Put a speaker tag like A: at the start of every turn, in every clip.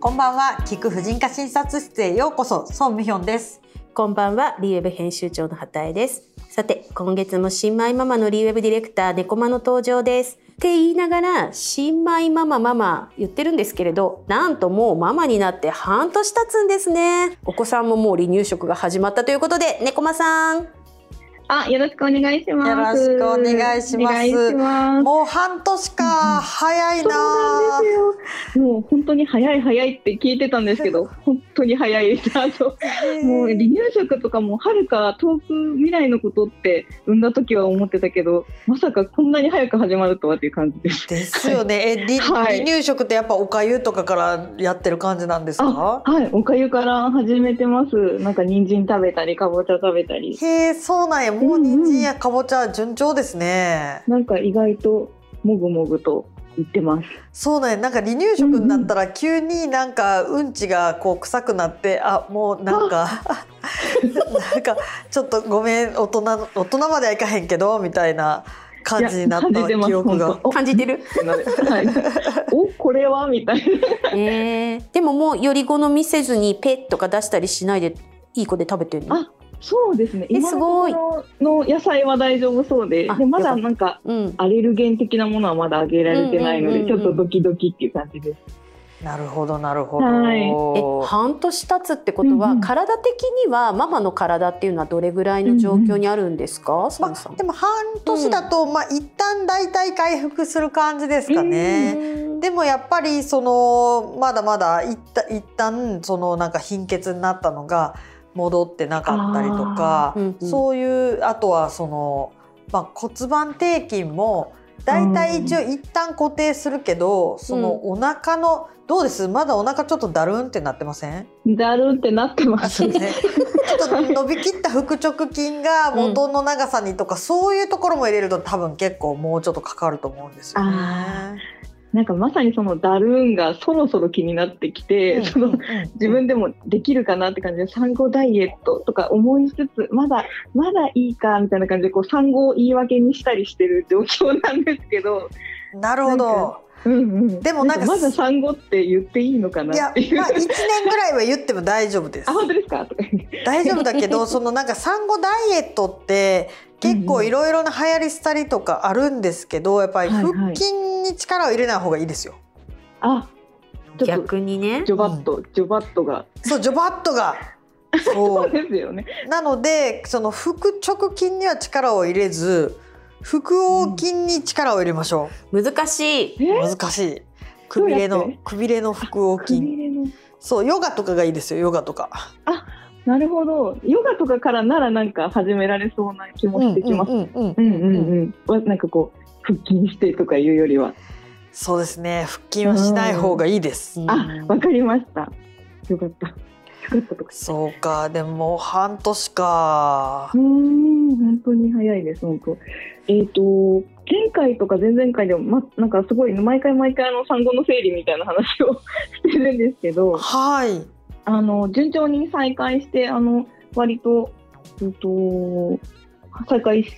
A: こんばんは聞く婦人科診察室へようこそソン・ミヒョンです
B: こんばんは、リーウェブ編集長の畑江です。さて、今月も新米ママのリーウェブディレクター、猫マの登場です。って言いながら、新米ママママ言ってるんですけれど、なんともうママになって半年経つんですね。お子さんももう離乳食が始まったということで、猫マさん。
C: あ、よろしくお願いします。
A: よろしくお願いします
C: お願いします
A: もう半年か、
C: うん
A: 早い
C: そう
A: な
C: なんですよ。もう本当に早い早いって聞いてたんです けど、本当に早いなと。もう離乳食とかもはるか遠く未来のことって産んだ時は思ってたけど、まさかこんなに早く始まるとはっていう感じです。
A: ですよね、え離
C: はい
A: 離乳食ってやっぱおかゆとかからやってる感じなんですか
C: はい、おかゆから始めてます。なんか人参食べたり、かぼちゃ食べたり。
A: へえそうなんやもう人参やかぼちゃ順調ですね、
C: なんか意外ともぐもぐと言ってます。
A: そうなんやなんか離乳食になったら急になんかうんちがこう臭くなってあもうなん かなんかちょっとごめん大人の大人まではいかへんけどみたいな感じになっ
C: いや
A: た
C: 感じてます
A: 記憶が
C: 本当お
B: 感じてる
C: はい、お、これはみたいな。
B: えー、でももうより好みせずにペッとか出したりしないで、いい子で食べてるの
C: あそうですね。
B: え
C: 今のところの野菜は大丈夫そうで、
B: あ
C: でま
B: よか
C: だ
B: った
C: なんか
B: うん。
C: アレルゲン的なものはまだあげられてないの
B: う
C: で、
B: んうんうんうん
C: ちょっとドキドキっていう感じです。
A: なるほどなるほど、
B: え
C: は
B: 半年経つってことは、
C: うんうん
B: 体的にはママの体っていうのはどれぐらいの状況にあるんですか、ソ
A: ま
B: ンさん
A: あ、でも半年だと、まあ一旦大体回復する感じですかね。でもやっぱりそのまだまだ一旦一旦そのなんか貧血になったのが戻ってなかったりとか、
B: あーうんうん
A: そういうあとはその、まあ、骨盤底筋も大体一応一旦固定するけど、そのお腹のどうですまだお腹ちょっとだるんってなってません
C: だるんってなってま
A: あ
C: す
A: そう。ね、 ちょっと伸びきった腹直筋が元の長さにとか、そういうところも入れると多分結構もうちょっとかかると思うんですよ
C: あ
A: ね。
C: なんかまさにそのだるんがそろそろ気になってきて、その自分でもできるかなって感じで産後ダイエットとか思いつつまだまだいいかみたいな感じでこう産後を言い訳にしたりしてる状況なんですけど、
A: なるほ
C: なん
A: ど。
C: うんうん、
A: でもなんか
C: まだ産後って言っていいのか
A: い
C: な
A: や、まあ
C: っていう。
A: 1年ぐらいは言っても大丈夫です
C: あ。本当 ですかとか言って
A: 大丈夫だけど、そのなんか産後ダイエットって結構いろいろな流行りしたりとかあるんですけど、やっぱり
C: はい
A: 腹
C: はい
A: 筋に力を入れない方がいいですよ。
C: あちょっと
B: 逆にね
C: ジョバット、ジョバットが
A: そう、ジョバットが。そ
C: そう う。ですよね。
A: なのでその腹直筋には力を入れず腹横筋に力を入れましょ
B: 難しい。
C: え
A: う、難しいくびれ
C: どうや
A: の
C: って
A: くびれの腹横
C: く
A: 筋
C: びれの
A: そうヨガとかがいいですよヨガとか
C: なるほど。ヨガとかからならなんか始められそうな気もしてきます。
A: うんうんうんうん
C: うんうんうん。はなんかこう腹筋してとかいうよりは、
A: そうですね腹筋はしない方がいいです、
C: あわかりました。よかった。よかったとか。
A: そうかでももう半年か
C: うーん本当に早いです本当。えっ、と前回とか前々回でもまなんかすごい毎回毎回あの産後の生理みたいな話を してるんですけど。
A: はい
C: あの順調に再開してあの割と、えっと、再開し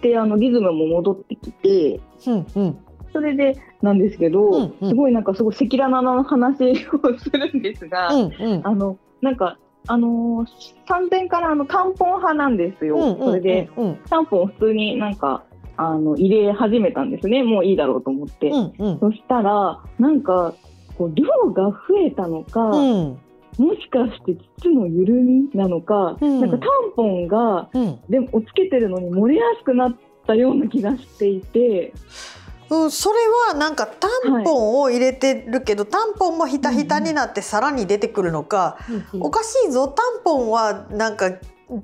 C: てあのリズムも戻ってきて
A: うんうん
C: それでなんですけど、
A: うんうん
C: すごいなんかすごい赤裸々な話をするんですが、
A: うんうん
C: あのなんかあの産前からあのタンポン派なんですよ。
A: うん
C: それで
A: うん
C: タンポンを普通になんかあの入れ始めたんですねもういいだろうと思って。
A: うんうん
C: そしたらなんかこう量が増えたのか、
A: うん
C: もしかして膣の緩みなのか、
A: うん
C: なんかタンポンが
A: うん
C: でもをつけてるのに漏れやすくなったような気がしていて、
A: うん、それはなんかタンポンを入れてるけど、タンポンもひたひたになってさらに出てくるのか、おかしいぞタンポンはなんか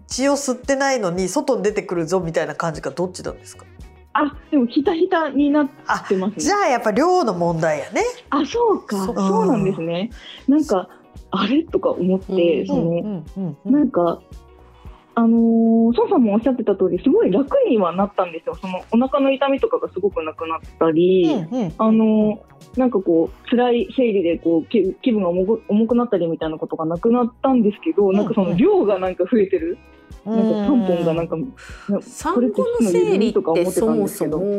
A: 血を吸ってないのに外に出てくるぞみたいな感じかどっちなんですか
C: あでもひたひたになっ
A: あ
C: てます
A: じ
C: ね。
A: ゃあやっぱ量の問題やね。
C: あそうか
A: そ
C: そううなんですね。なんかあれとか思って、
B: うん
C: その、
A: んうん
C: なんか。あのー、孫さんもおっしゃってた通りすごい楽にはなったんですよそのお腹の痛みとかがすごくなくなったり、
A: うん
C: あのなんかこう辛い生理でこう気気分が重く重くなったりみたいなことがなくなったんですけど、
A: ん
C: なんかその量がなんか増えてる、
A: うん
C: なんかタンポンがなんか、な
B: 産
C: これって
B: 後の生理っ
C: とか思
B: て
C: ってた
B: そ
C: ん
B: も
C: です
B: そ
C: けど、
B: も
A: うんう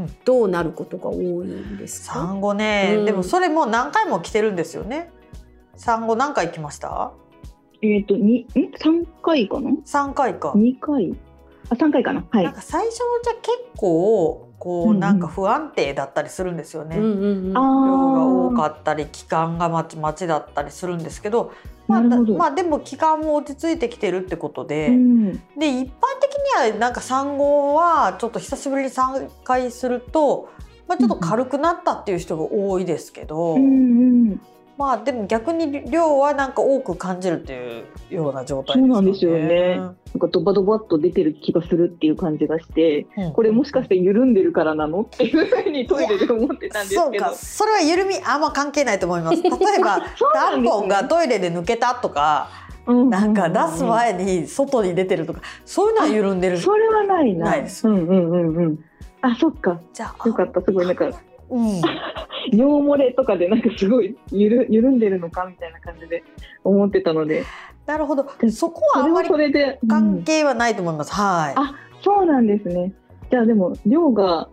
A: ん
B: どうなることが多いんですか。
A: 産後ね、
B: うん
A: でもそれもう何回も来てるんですよね。産後何回行きました
C: えっ、と、に、ん、三回かな。
A: ?3 回か。
C: 二回。あ、三回かな。は
A: なん
C: い。
A: か最初のじゃ結構こ
C: うん
A: う
C: うん
A: なんか不安定だったりするんですよね。
B: うんうんうん
C: あ
A: 量が多
C: あ。
A: かったり期間がまちまちだったりするんですけど、まあ、
C: なる
A: だ
C: ほど。
A: まあでも期間も落ち着いてきてるってことで、
C: うん。
A: で一般的にはなんか産後はちょっと久しぶりに3回すると、まあ、ちょっと軽くなったっていう人が多いですけど、
C: うんうん。
A: まあでも逆に量はなんか多く感じるというような状態
C: そうなんですよねなんかドバドバっと出てる気がするっていう感じがして、
A: うん
C: これもしかして緩んでるからなのっていうふうにトイレで思ってたんです
A: そう
C: けど
A: か、。それは緩みあんま関係ないと思い ます。例えば、
C: そうな
A: ダ
C: ん
A: ン
C: ですね
A: ポンがトイレで抜けたとか、
C: う
A: なんか出す前に外に出てるとか、そういうのは緩んでる。
C: それはないな。
A: ないです
C: うんうんうんうん。あ、そっか。
A: じゃあ
C: よ、かった。すごいなんか
A: うん、
C: 尿漏れとかでなんかすごいゆる緩んでるのかみたいな感じで思ってたので、
A: なるほど。そこは
C: そ
A: あ
C: れ
A: んま
C: は
A: り
C: それで、うん
A: 関係はないと思います。はい。
C: あそうなんですね。じゃあでも量が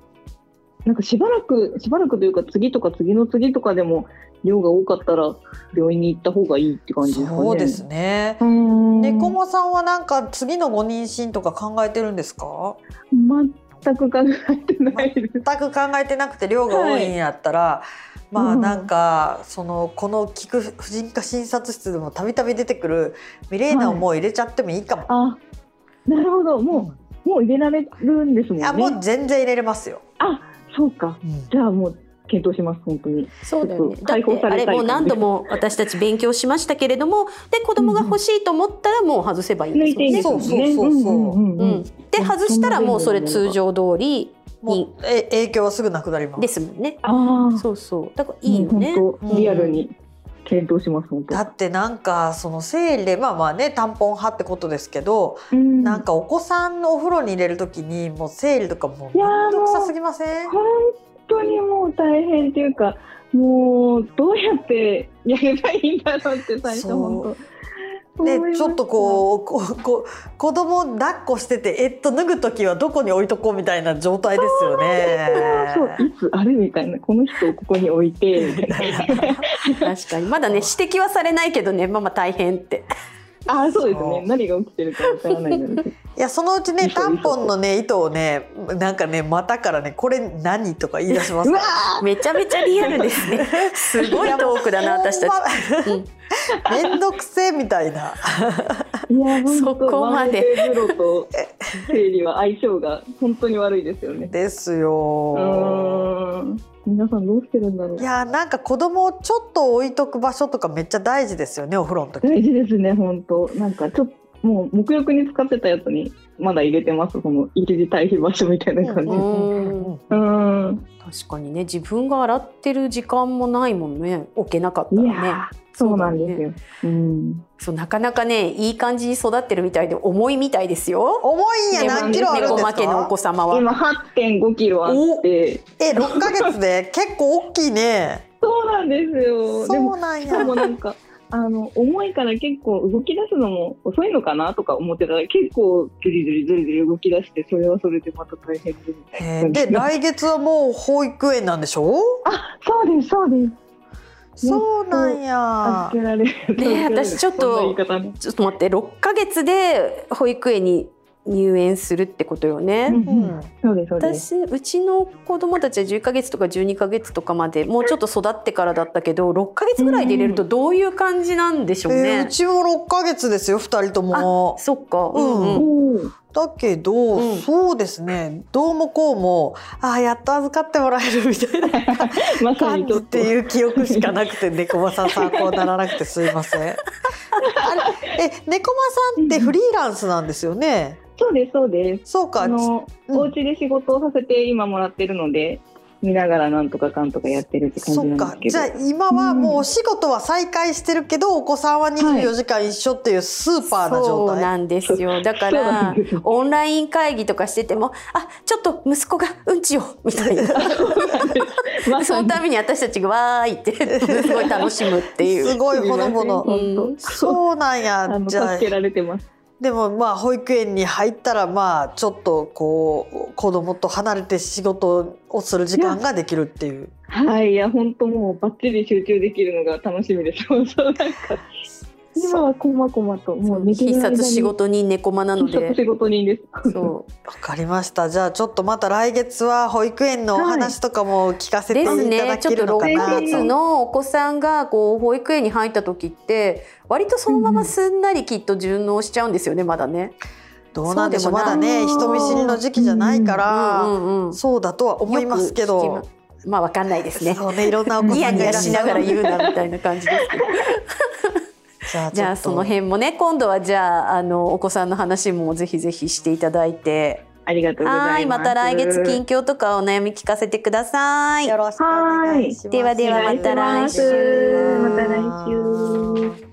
C: なんかしばらくしばらくというか次とか次の次とかでも量が多かったら病院に行った方がいいって感じですかね。
A: そうですね。
C: うーん。
A: 猫もさんはなんか次のご妊娠とか考えてるんですか？
C: 全く考えてないです。
A: 全く考えてなくて量が多いんやったら、まあ
C: うん
A: なんか、そのこの聞く婦人科診察室でもたびたび出てくるミレーナをもう入れちゃってもいいかも。
C: あ、なるほど。もうもう入れられるんですもん
A: い
C: ね。
A: やもう全然入れれますよ。
C: そうか。じゃあもう検討します本当に。
B: そうだよね。だっ
C: 解放
B: て
C: さ
B: あ
C: れたい
B: れもう何度も私たち勉強しましたけれども、で子供が欲しいと思ったらもう外せばいい
C: 抜いていいんです
B: そ
C: も
B: うん
C: ね。
A: そうそうそうそうん
C: ん
B: うんん。で外したらもうそれ通常通り
A: も
B: に
A: うえ影響はすぐなくなります。
B: ですもんね。
C: ああ。
B: そうそう。だからいいよね。
C: 本
A: う
C: 当
A: ん
C: リアルに検討します本当
A: だ。ってなんかその生理まあまあねタンポン派ってことですけど、
C: うん
A: なんかお子さんのお風呂に入れるときにもう生理とかもう
C: い
A: め
C: やー
A: んどくさすぎません？
C: 本当にもう大変っていうかもうどうやってやればいいんだろうって最初
A: そう
C: 本当
A: で
C: 思いまし
A: ち
C: た
A: ょっとこうここ子供抱っこしててえっと脱ぐ時はどこに置いとこうみたいな状態ですよね。
C: そういつあれみたいなこの人をここに置い てみたいな
B: 確かにまだね指摘はされないけどねママ大変って。
C: ああそうです
A: そう
C: ね何が起きてるかわからないので
A: いやそのうちね
C: 嘘
A: タンポンのね糸をねなんかね股からねこれ何とか言い出します
C: うわ
B: めちゃめちゃリアルですね。 すごいトークだな私たち。うん
A: ち。めんどくせえみたいな。
C: いや本当
B: そこまで
C: マイ風呂と生理は相性が本当に悪いですよね
A: です
C: う
A: よ。
C: ーん皆さんどうしてるんだろう
A: いやなんか子供をちょっと置いとく場所とかめっちゃ大事ですよねお風呂の時。
C: 大事ですね本当なんかちょっともう沐浴に使ってたやつにまだ入れてますその一時退避場所みたいな感じ
B: うん
A: うん
C: うん
B: 確かにね自分が洗ってる時間もないもんね置けなかった
C: いや
B: らね
C: ー。そうなんですようん
B: そうなかなかねいい感じに育ってるみたいで重いみたいですよ。
A: 重いんや
B: ね
A: 何キロあるん
B: 猫
A: です
B: 負けのお
A: か
B: 子。様は。
C: 今8.5キロあって
A: え六ヶ月で 結構大きいね。
C: そうなんですよで
A: そ
C: も
A: うなん
C: し
A: や
C: か。もなん かあの重いから結構動き出すのも遅いのかなとか思ってたら結構ずりずりずりずり動き出してそれはそれでまた大変でみた
A: へ
C: いな
A: ー
C: 感じ
A: で来月はもう保育園なんでしょ
C: そうですそうです
A: そうなんや
C: 助。けられ
B: ね私ちょっと
C: そんな言い方ね
B: ちょっと待って6ヶ月で保育園に入園するってことよね。
C: うん
A: う
C: うん
A: ん、
C: そうですそうです。
B: 私うちの子供たちは10ヶ月とか12ヶ月とかまでもうちょっと育ってからだったけど6ヶ月ぐらいで入れるとどういう感じなんでし
A: え
B: ょう
A: ー
B: ね
A: う。ちも六ヶ月ですよ二人とも。
B: そっか、
A: う
B: うんうん
C: おー
A: だけど、
B: うん
A: そうですねどうもこうもあーやっと預かってもらえるみたいな
C: まさ
A: 感
C: に
A: じ
C: ちょ
A: っ
C: っと
A: ていう記憶しかなくて猫間さん参考にならなくてすいませ ん。あれえ猫間さんってフリーランスなんですよね。
C: そうですそうです。
A: そうか
C: あの、
A: うん
C: お家で仕事をさせて今もらってるので見ながらなんとかかんとかやってるって感じ
A: そ
C: な
A: っ
C: んで
A: か
C: すけ
A: じ
C: ど
A: ゃあ。今はもうお仕事は再開してるけど、お子さんは24時間一緒っていうスーパーな状
B: そう
A: 態、
B: なんですよだから
C: そうなんですよ
B: オンライン会議とかしてても「あちょっと息子がうんちを」みたいな
C: ま
B: そ
C: さ
B: の
C: に
B: ために私たちが「わーい」ってすごい楽しむってい
A: す
B: う。
A: ごいほのぼの
B: うん
C: 本当。
A: そうなんや
C: あの
A: じゃあ
C: 助けられてます。
A: でもまあ保育園に入ったらまあちょっとこう子供と離れて仕事をする時間ができるっていう。
C: はい、いや、本当もうバッチリ集中できるのが楽しみ です。そうそうなんか今はこまこまと、もう寝てる
B: 必
C: 間に
B: 殺仕事人猫間なの
C: 必殺
B: で
C: 仕事人です。
B: そ
A: わかりました。じゃあちょっとまた来月は保育園のお話とかも聞かせ
B: う
A: てい
B: で
A: た
B: す
A: だ
B: ねちょ
A: け
B: っと
A: るのか
B: 6
A: なと。
C: です
B: 月
C: ね
B: のお子さんがこう保育園に入った時って割とそのまますんなりきっと順応しちゃうんですよねまだね。
A: どうなんでしょう
B: そう
A: ま
B: でもな
A: だ
B: い
A: ね人見知りの時期じゃないから、
B: うんうんうん
A: そうだとは思いますけ
B: よく
A: ど
B: 聞。きままあわかんないですね。
A: そうねいろんなお子
B: ニ
A: さ
B: ヤ
A: ん
B: ニ
A: がい
B: ヤ
A: らっし
B: し
A: ゃ
B: な
A: る
B: がら言うなみたいな感じですけど。
A: じゃあ
B: じゃあその辺もね今度はじゃああのお子さんの話もぜひぜひしていただいて
C: ありがとうございます。
B: はいまた来月近況とかお悩み聞かせてください
A: よろしくお願いします。
B: ではではまた来週
C: また来週。